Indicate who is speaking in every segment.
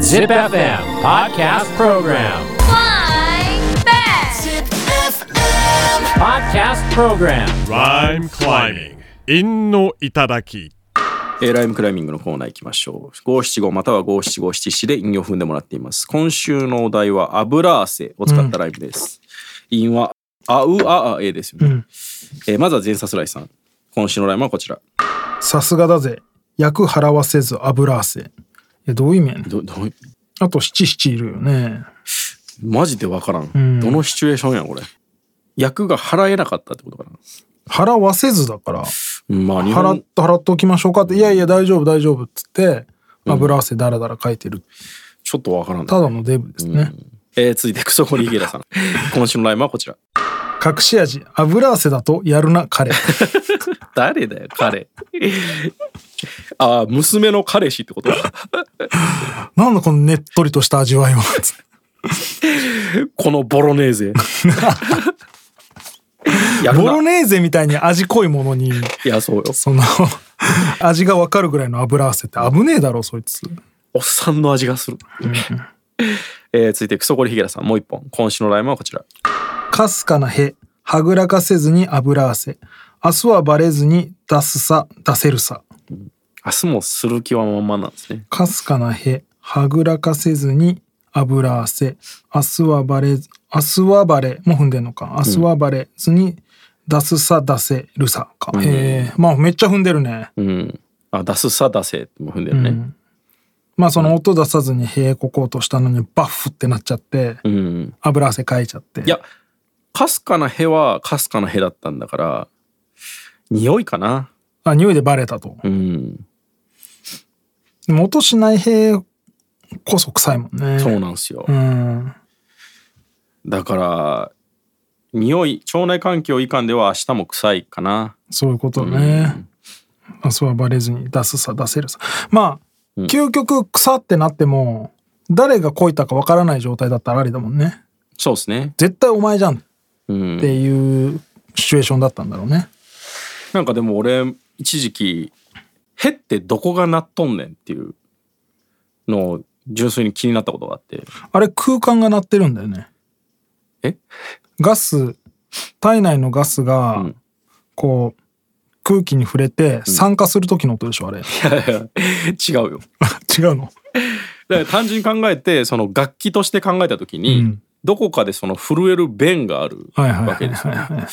Speaker 1: Zip FM Podcast Program.
Speaker 2: Flying back.
Speaker 1: Podcast Program.
Speaker 3: Rhyme climbing. 陰の頂き。
Speaker 4: えーライムクライミングのコーナー行きましょう。五七五または五七五七七で韻を踏んでもらっています。今週のお題は油汗を使ったライブです。韻、はあうああえですよね、えーまずは前サスライさん。今週のライムはこちら。
Speaker 5: さすがだぜ。役払わせず油汗。え、どういう意味やねん
Speaker 4: どどう
Speaker 5: あと七七いるよね。
Speaker 4: マジでわからん,、
Speaker 5: ん
Speaker 4: どのシチュエーションやこれ。役が払えなかったってことかな。
Speaker 5: 払わせずだから、
Speaker 4: うんまあ日
Speaker 5: 払っ
Speaker 4: 本
Speaker 5: と払っておきましょうかって、いやいや大丈夫大丈夫っつって、油汗だらだら書いてる。
Speaker 4: ちょっとわからんな。
Speaker 5: ただのデブですね。
Speaker 4: えー続いてクソホリゲラさん。今週のライムはこちら。
Speaker 5: 隠し味、油汗だとやるな 彼。
Speaker 4: 誰だよ 彼。ああ娘の彼氏ってこと。
Speaker 5: なんだこのねっとりとした味わ いは。
Speaker 4: このボロネーゼ。 やる
Speaker 5: ボロ
Speaker 4: な。
Speaker 5: ネーゼみたいに味濃いものに、
Speaker 4: いや、そうよ。
Speaker 5: その、味がわかるぐらいの油汗って危ねえだろ、そいつ。
Speaker 4: おっさんの味がする。えー、続いて、クソゴリヒゲラさん、もう一本。今週のライムはこちら。
Speaker 5: かすかなへ、はぐらかせずに油汗。明日はバレずに出すさ、出せるさ。
Speaker 4: 明日もする気はまんまなんですね。
Speaker 5: かすかなへ、はぐらかせずに油汗。明日はバレず、明日はバレ、もう踏んでんのか。明日はバレずに出すさ、出せるさか。えー、まあめっちゃ踏んでるね。
Speaker 4: うん。あ、出すさ出せっても踏んでるね。
Speaker 5: まあその音出さずにへここうとしたのにバッフってなっちゃって、
Speaker 4: うん。
Speaker 5: 油汗かいちゃって。
Speaker 4: いや、かすかなへはかすかなへだったんだから、匂いかな。
Speaker 5: あ、匂いでバレたと。
Speaker 4: うん。
Speaker 5: でも音しないへこそ臭いもんね。
Speaker 4: そうなんですよ。
Speaker 5: うん。
Speaker 4: だから、匂い、腸内環境いかんでは明日も臭いかな。
Speaker 5: そういうことね。明日はバレずに出すさ出せるさ。まあ、究極草ってなっても、誰がこいたかわからない状態だったらありだもんね。
Speaker 4: そうですね。
Speaker 5: 絶対お前じゃんっ
Speaker 4: うん。
Speaker 5: ていうシチュエーションだったんだろうね。
Speaker 4: なんかでも俺一時期「へ」ってどこがなっとんねんっていうのを純粋に気になったことがあって
Speaker 5: あれ空間が鳴ってるんだよね。
Speaker 4: え
Speaker 5: ガス、体内のガスが、こう、空気に触れて酸化する時の音でしょ、あれ。
Speaker 4: 違うよ
Speaker 5: 違うの
Speaker 4: だから単純に考えてその楽器として考えた時に、どこかでその震える弁がある
Speaker 5: はいはい
Speaker 4: わ
Speaker 5: は
Speaker 4: け
Speaker 5: い
Speaker 4: です
Speaker 5: は
Speaker 4: よ
Speaker 5: い
Speaker 4: ね。
Speaker 5: は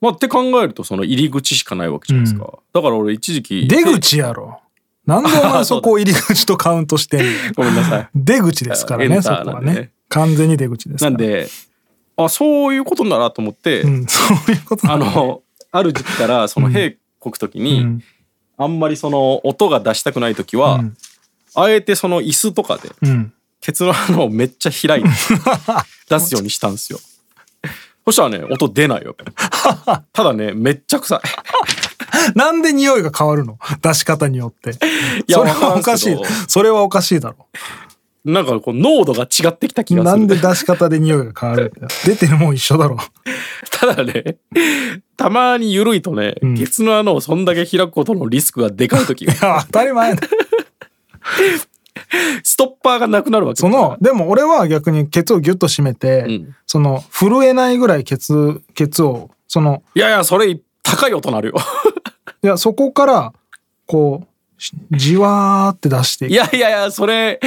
Speaker 4: まあって考えるとその入り口しかないわけじゃないですか、だから俺一時期
Speaker 5: い。出口やろ。なんでお前そこを入り口とカウントしてんの
Speaker 4: ごめんなさい
Speaker 5: 出口ですから
Speaker 4: エン
Speaker 5: ね、
Speaker 4: タ
Speaker 5: そ
Speaker 4: ー
Speaker 5: こ
Speaker 4: な
Speaker 5: は
Speaker 4: んでね
Speaker 5: ね。完全に出口ですか
Speaker 4: な
Speaker 5: ら。
Speaker 4: んであそういうことならと思って、
Speaker 5: うん、そういうことな
Speaker 4: あ
Speaker 5: んだ
Speaker 4: のある時期からその兵こく時に、
Speaker 5: うん
Speaker 4: あんまりその音が出したくない時は、
Speaker 5: うん
Speaker 4: あえてその椅子とかで
Speaker 5: うん。
Speaker 4: ケツの穴をめっちゃ開いて 出すようにしたんですよ。そしたらね音出ないよ。ただねめっちゃ臭い。
Speaker 5: なんで匂いが変わるの出し方によって。
Speaker 4: いや
Speaker 5: それはおかしい
Speaker 4: わからんすけ。
Speaker 5: それはおかしいだろ。
Speaker 4: なんかこう濃度が違ってきた気がする。
Speaker 5: なんで出し方で匂いが変わるんだよ出てるもん一緒だろ。
Speaker 4: ただねたまに緩いとね、
Speaker 5: ん
Speaker 4: ケツの穴をそんだけ開くことのリスクがでかい 時が
Speaker 5: 当たり前だ。
Speaker 4: ストッパーがなくなるわけ
Speaker 5: そ
Speaker 4: だから
Speaker 5: の、でも俺は逆にケツをギュッと締めて、
Speaker 4: うん
Speaker 5: その、震えないぐらいケツ、ケツを、その、
Speaker 4: いやいやそれ高い音なるよ。
Speaker 5: いや、そこから、こう、しじわーって出していく
Speaker 4: いやいやいやそれ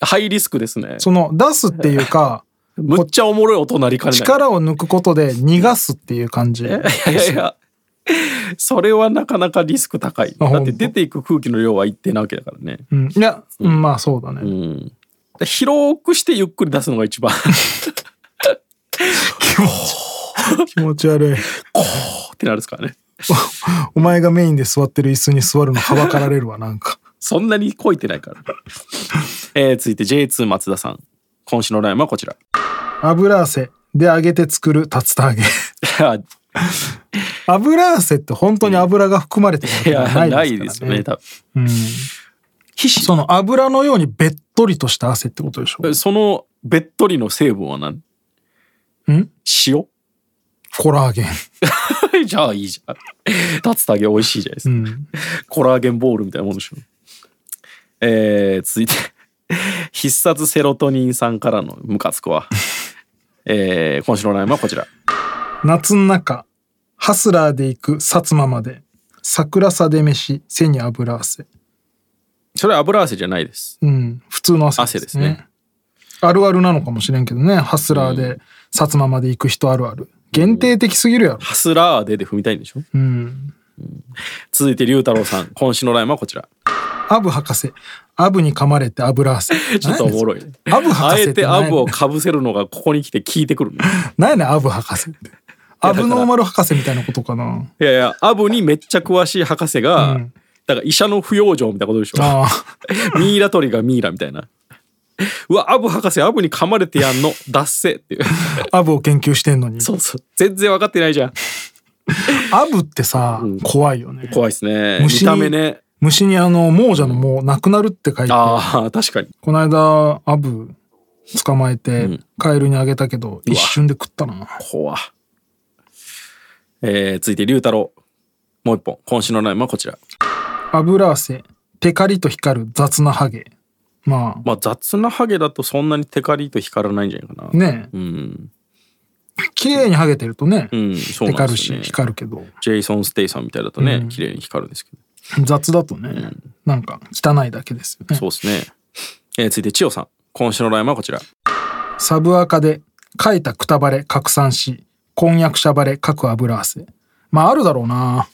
Speaker 4: ハイリスクですね。
Speaker 5: その、出すってい うか、
Speaker 4: むっちゃおもろい音なりかねない。
Speaker 5: 力を抜くことで逃がすっていう感じ。
Speaker 4: いやいや、それはなかなかリスク高い。
Speaker 5: あ
Speaker 4: だっ
Speaker 5: ほん
Speaker 4: て
Speaker 5: と
Speaker 4: 出ていく空気の量は一定なわけだからね。
Speaker 5: うん、いや、うんまあそうだ
Speaker 4: う
Speaker 5: ね。
Speaker 4: ん。で広くしてゆっくり出すのが一番
Speaker 5: 気持ち悪い。
Speaker 4: ってなるんですからね。
Speaker 5: お前がメインで座ってる椅子に座るのはばかられ るわ、なんか。
Speaker 4: そんなにこいてないから。えー、続いて J2 松田さん。今週のラインはこちら。
Speaker 5: 油汗で揚げて作る竜田揚げ。 油汗って本当に油が含まれてるわ
Speaker 4: い
Speaker 5: けじ
Speaker 4: や、
Speaker 5: ゃないですから、
Speaker 4: ない
Speaker 5: ね。
Speaker 4: ですよね、多分。
Speaker 5: その油のようにべっとりとした汗ってことでしょ
Speaker 4: そのべっとりの成分は何ん塩
Speaker 5: コラーゲン。
Speaker 4: じゃあいいじゃん。竜田揚げ美味しいじゃないですか。
Speaker 5: うん。
Speaker 4: コラーゲンボールみたいなもんでしょ。えー続いて 必殺セロトニンさんからのムカつくわ、えー今週のラインはこちら
Speaker 5: 夏の中ハスラーで行く薩摩まで桜さで飯背に油汗
Speaker 4: それは油汗じゃないです
Speaker 5: うん普通の汗
Speaker 4: 汗
Speaker 5: で
Speaker 4: ですす
Speaker 5: ね
Speaker 4: ね
Speaker 5: あるあるなのかもしれんけどねハスラーで薩摩まで行く人あるある限定的すぎるやろ
Speaker 4: ハスラーでで踏みたいんでしょ
Speaker 5: うん
Speaker 4: 続いて龍太郎さん今週のラインはこちら
Speaker 5: アブ博士アブに噛まれて油汗
Speaker 4: ちょっとおもろい
Speaker 5: アブ博
Speaker 4: あ
Speaker 5: 士
Speaker 4: え
Speaker 5: って
Speaker 4: て
Speaker 5: 何や
Speaker 4: ア
Speaker 5: ねん
Speaker 4: ブをかぶせるのがここに来て聞いてくるの
Speaker 5: 何やねんアブ博士ってアブノーマル博士みたいなことかな い
Speaker 4: やいやアブにめっちゃ詳しい博士が、
Speaker 5: うん
Speaker 4: だから医者の不養生みたいなことでしょ
Speaker 5: あ
Speaker 4: ミイラ取りがミイラみたいなうわアブ博士アブに噛まれてやんの脱せっていう
Speaker 5: あアブを研究してんのに
Speaker 4: そうそう全然分かってないじゃん
Speaker 5: アブってさ、
Speaker 4: うん
Speaker 5: 怖いよね
Speaker 4: 怖いですね見
Speaker 5: 虫に
Speaker 4: た目ね
Speaker 5: 虫にあの亡者のもう亡くなるって書いて
Speaker 4: ああ確かに
Speaker 5: この間アブ捕まえて、
Speaker 4: うん
Speaker 5: カエルにあげたけど一瞬で食ったな
Speaker 4: 怖えー、続いて龍太郎もう一本今週のラインはこちら
Speaker 5: 油汗ペカリと光る雑なハゲまあ
Speaker 4: まあ雑なハゲだとそんなにテカリと光らないんじゃないかな
Speaker 5: ね
Speaker 4: うん
Speaker 5: 綺麗にハゲてるとね、
Speaker 4: うんそう
Speaker 5: ペ
Speaker 4: な
Speaker 5: カ
Speaker 4: ん
Speaker 5: る
Speaker 4: です
Speaker 5: し
Speaker 4: よね
Speaker 5: 光るけど
Speaker 4: ジェイソン・ステイさんみたいだとね、綺麗に光るんですけど
Speaker 5: 雑だとね、なんか汚いだけですよね
Speaker 4: そうですね。えー、続いて千代さん。今週のラインはこちら。
Speaker 5: サブアカで書いたくたばれ拡散し婚約者バレ各油汗まああるだろうな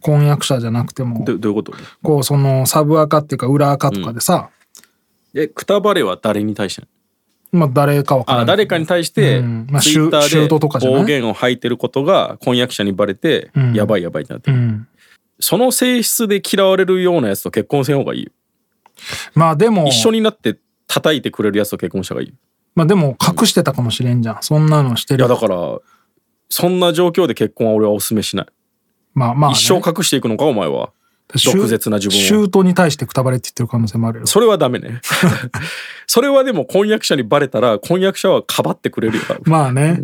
Speaker 5: 婚約者じゃなくても
Speaker 4: どどういうこと
Speaker 5: こうそのサブアカっていうか裏アカとかでさ、
Speaker 4: え、くたばれは誰に対して
Speaker 5: まあ誰かわから
Speaker 4: あ、
Speaker 5: ない
Speaker 4: 誰かに対して、
Speaker 5: う
Speaker 4: ツ
Speaker 5: んまあシ
Speaker 4: イ
Speaker 5: ュ
Speaker 4: ッタ
Speaker 5: シュートとか
Speaker 4: ー
Speaker 5: じ
Speaker 4: で
Speaker 5: ゃない
Speaker 4: 暴言を吐いてることが婚約者にバレて、
Speaker 5: うん
Speaker 4: やばいやばいってなって
Speaker 5: う
Speaker 4: る、
Speaker 5: ん、
Speaker 4: その性質で嫌われるようなやつと結婚せん方がいいよ。
Speaker 5: まあでも
Speaker 4: 一緒になって叩いてくれるやつと結婚した方がいいよ。
Speaker 5: まあでも隠してたかもしれんじゃんそんなのして
Speaker 4: い
Speaker 5: る
Speaker 4: や、だから、そんな状況で結婚は俺はお勧めしない。
Speaker 5: まあまあね、
Speaker 4: 一生隠していくのか、お前は。
Speaker 5: シュ
Speaker 4: 毒舌な自分を
Speaker 5: シュートに対してくたばれって言ってる可能性もあるよ
Speaker 4: それはダメ ね。それはでも婚約者にバレたら、婚約者はかばってくれるよ。
Speaker 5: まあね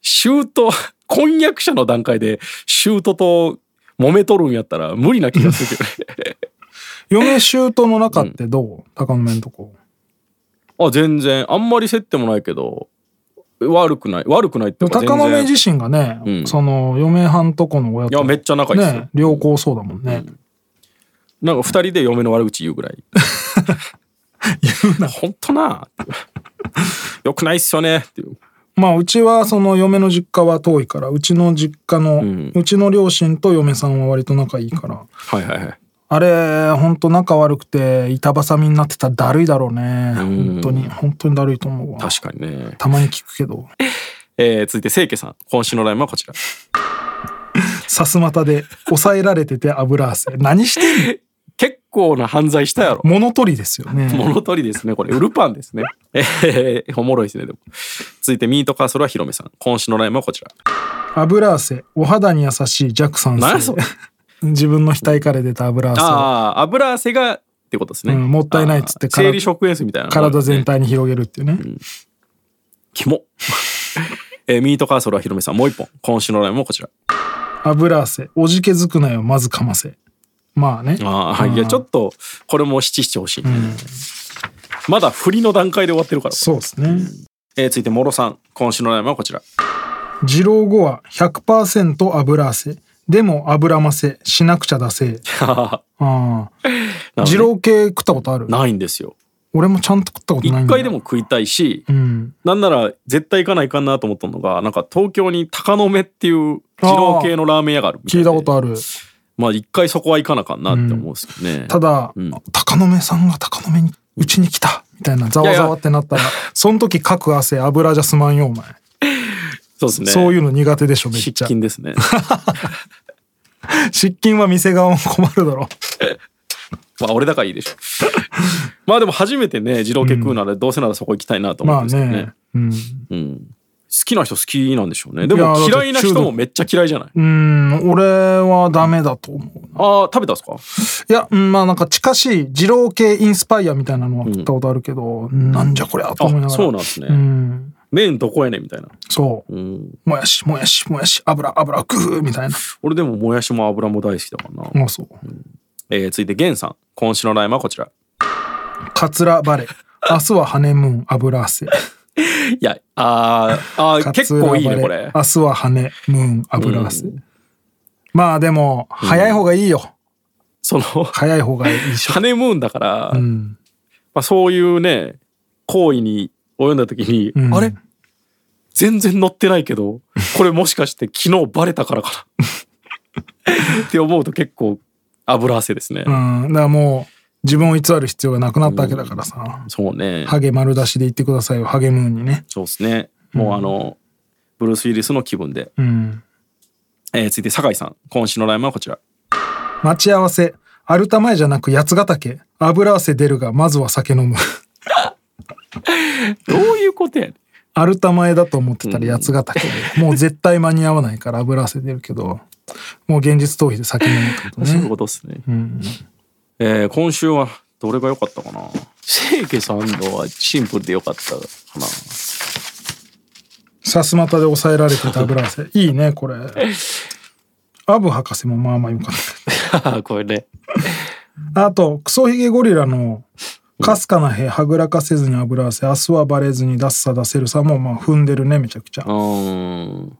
Speaker 4: 周到、婚約者の段階で周到と揉めとるんやったら無理な気がするけ どね。
Speaker 5: 嫁シュートの中ってどう、高野目のとこ
Speaker 4: あ、全然、あんまり接点もないけど、悪くない。悪くないって
Speaker 5: で
Speaker 4: いう
Speaker 5: も
Speaker 4: か
Speaker 5: 高野目
Speaker 4: 全然。い
Speaker 5: 自身がね、
Speaker 4: うん
Speaker 5: その嫁はんとこの親と
Speaker 4: や、めっちゃ仲いいですよ。
Speaker 5: ね良好そうだもんね、
Speaker 4: なんか二人で嫁の悪口言うぐらい。言うな。ほんとな。よくないっすよね。っていう。
Speaker 5: まあうちはその嫁の実家は遠いからうちの実家の、うんちの両親と嫁さんは割と仲いいから
Speaker 4: はいはいはい。
Speaker 5: あれほんと仲悪くて板挟みになってたらだるいだろうね
Speaker 4: ん
Speaker 5: 本当に本当にだるいと思うわ
Speaker 4: 確かにね。
Speaker 5: たまに聞くけど
Speaker 4: えー、続いて、清家さん。今週のラインはこちら。
Speaker 5: さすまたで抑えられてて油汗 何してんの
Speaker 4: 結構な犯罪したやろ。
Speaker 5: 物取りですよね
Speaker 4: 物取りですね、これ。ウルパンですね。えー、おもろいですね、でも。続いて、ミートカーソルはヒロメさん。今週のラインはこちら。
Speaker 5: 油汗お肌に優しい弱酸
Speaker 4: 何や
Speaker 5: 性
Speaker 4: それ
Speaker 5: 自分の額から出た油汗を
Speaker 4: ああ、油汗がってことですね。
Speaker 5: うんもったいないっつって
Speaker 4: あー生理食塩水みたいな。
Speaker 5: 体全。体に広げるっていうね
Speaker 4: キモ。 えー、ミートカーソルはヒロメさん、もう一本。今週のラインもこちら。
Speaker 5: 油汗おじけづくなよまずかませまあね
Speaker 4: ああ、いや、ちょっと、これも七七欲しいね、まだ振りの段階で終わってるから。
Speaker 5: そうですね
Speaker 4: えー、続いて、モロさん。今週のラインはこちら。
Speaker 5: 二郎後は100%油汗でも油ませしなくちゃだ せああ二郎系食ったことある
Speaker 4: ないんですよ。
Speaker 5: 俺もちゃんと食ったことない
Speaker 4: 一
Speaker 5: んだ
Speaker 4: 回でも食いたいし、
Speaker 5: うん
Speaker 4: なんなら絶対行かないかんなと思ったのがなんか東京に鷹の目っていう二郎系のラーメン屋があるみた
Speaker 5: 聞い
Speaker 4: いで
Speaker 5: たことある
Speaker 4: まあ一回そこは行かなあかんなって思うんですけどね、
Speaker 5: ただ、
Speaker 4: ん
Speaker 5: 鷹の目さんが鷹の目にうちに来たみたいなざわざわってなったらその時かく汗油じゃすまんよお前、
Speaker 4: そうですね
Speaker 5: そう
Speaker 4: う
Speaker 5: いうの苦手でしょめっちゃ
Speaker 4: 失禁ですね
Speaker 5: 失禁は店側も困るだろ
Speaker 4: まあ俺だからいいでしょ まあでも初めてね二郎系食うならどうせならそこ行きたいなと思
Speaker 5: ま
Speaker 4: う
Speaker 5: あ
Speaker 4: んですけどね,、
Speaker 5: ねうん
Speaker 4: うん、好きな人好きなんでしょうねで
Speaker 5: いやだ
Speaker 4: も
Speaker 5: って
Speaker 4: 嫌いな人もめっちゃ嫌いじゃない
Speaker 5: うん俺はダメだと思う
Speaker 4: あー食べたんすか
Speaker 5: いやうんまあなんか近しい二郎系インスパイアみたいなのは食ったことあるけど、なんじゃこりゃと思いなが
Speaker 4: あ
Speaker 5: ら
Speaker 4: そうなんですね、
Speaker 5: うん
Speaker 4: 麺どこやねんみたいな、
Speaker 5: そう
Speaker 4: うん、
Speaker 5: もやしもやしもやし油油グーみたいな
Speaker 4: 俺でももやしも油も大好きだからな
Speaker 5: もうそう
Speaker 4: えー、続いてゲンさん今週のラインはこちら。
Speaker 5: カツラバレ。明日はハネムーン油汗。
Speaker 4: いや、あーあー、
Speaker 5: カツ
Speaker 4: 結
Speaker 5: ラバ
Speaker 4: 構
Speaker 5: レ
Speaker 4: いいね、これ。
Speaker 5: 明日はハネムーン油汗。まあでも、早い方がいいよ。
Speaker 4: その、
Speaker 5: 早い方がいいし。
Speaker 4: ハネムーンだから、
Speaker 5: うん。
Speaker 4: まあ、そういうね、行為に及んだ時に、
Speaker 5: ん
Speaker 4: あれ全然乗ってないけど、これもしかして昨日バレたからか な。って思うと結構油汗ですね。
Speaker 5: うん。だからもう、自分を偽る必要がなくなったわけだからさ。
Speaker 4: そうね。
Speaker 5: ハゲ丸出しで言ってくださいよ。ハゲムーンにね。
Speaker 4: そうですね。もうあの、ブルース・ウィリスの気分で。
Speaker 5: うん。
Speaker 4: えー、続いて酒井さん。今週のラインはこちら。
Speaker 5: 待ち合わせ。アルタ前じゃなく八ヶ岳。油汗出るが、まずは酒飲む。
Speaker 4: どういうことやねん
Speaker 5: アルタ前だと思ってたら八ヶ岳で、もう絶対間に合わないから油汗出るけど、もう現実逃避で酒飲むってこと
Speaker 4: そういう
Speaker 5: ね。
Speaker 4: ことですね。えー今週はどれが良かったかな清家さんのはシンプルで良かったかな
Speaker 5: さすまたで抑えられてた油汗。いいね、これ。アブ博士もまあまあよかっ
Speaker 4: これね。
Speaker 5: た。あと、クソヒゲゴリラの、かすかなへ、はぐらかせずに油汗、明日はバレずに出すさ出せるさも、まあ踏んでるね、めちゃくちゃ
Speaker 4: う。ーん。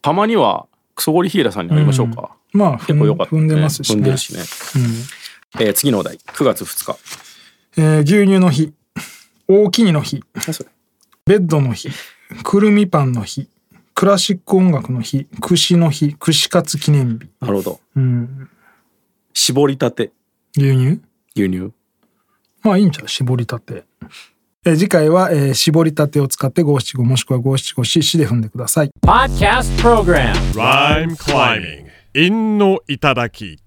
Speaker 4: たまには、クソゴリヒーラさんに会いましょうか。
Speaker 5: まあ踏
Speaker 4: 結
Speaker 5: ん
Speaker 4: 構良かった、ね。
Speaker 5: 踏んでますし
Speaker 4: 踏んで
Speaker 5: ね
Speaker 4: る。しね。えー次のお題。9月2日。
Speaker 5: えー牛乳の日、大きいの日、
Speaker 4: 何それ
Speaker 5: ベッドの日、くるみパンの日、クラシック音楽の日、串の日、串カツ記念日。
Speaker 4: なるほど。
Speaker 5: うん。
Speaker 4: 絞りたて。
Speaker 5: 牛乳
Speaker 4: 牛乳。
Speaker 5: まあいいんちゃう絞りたて。えー次回は、えー絞りたてを使って五七五もしくは五七五四四で踏んでください。
Speaker 1: Podcast Program
Speaker 3: Rhyme climbing. 陰の頂き。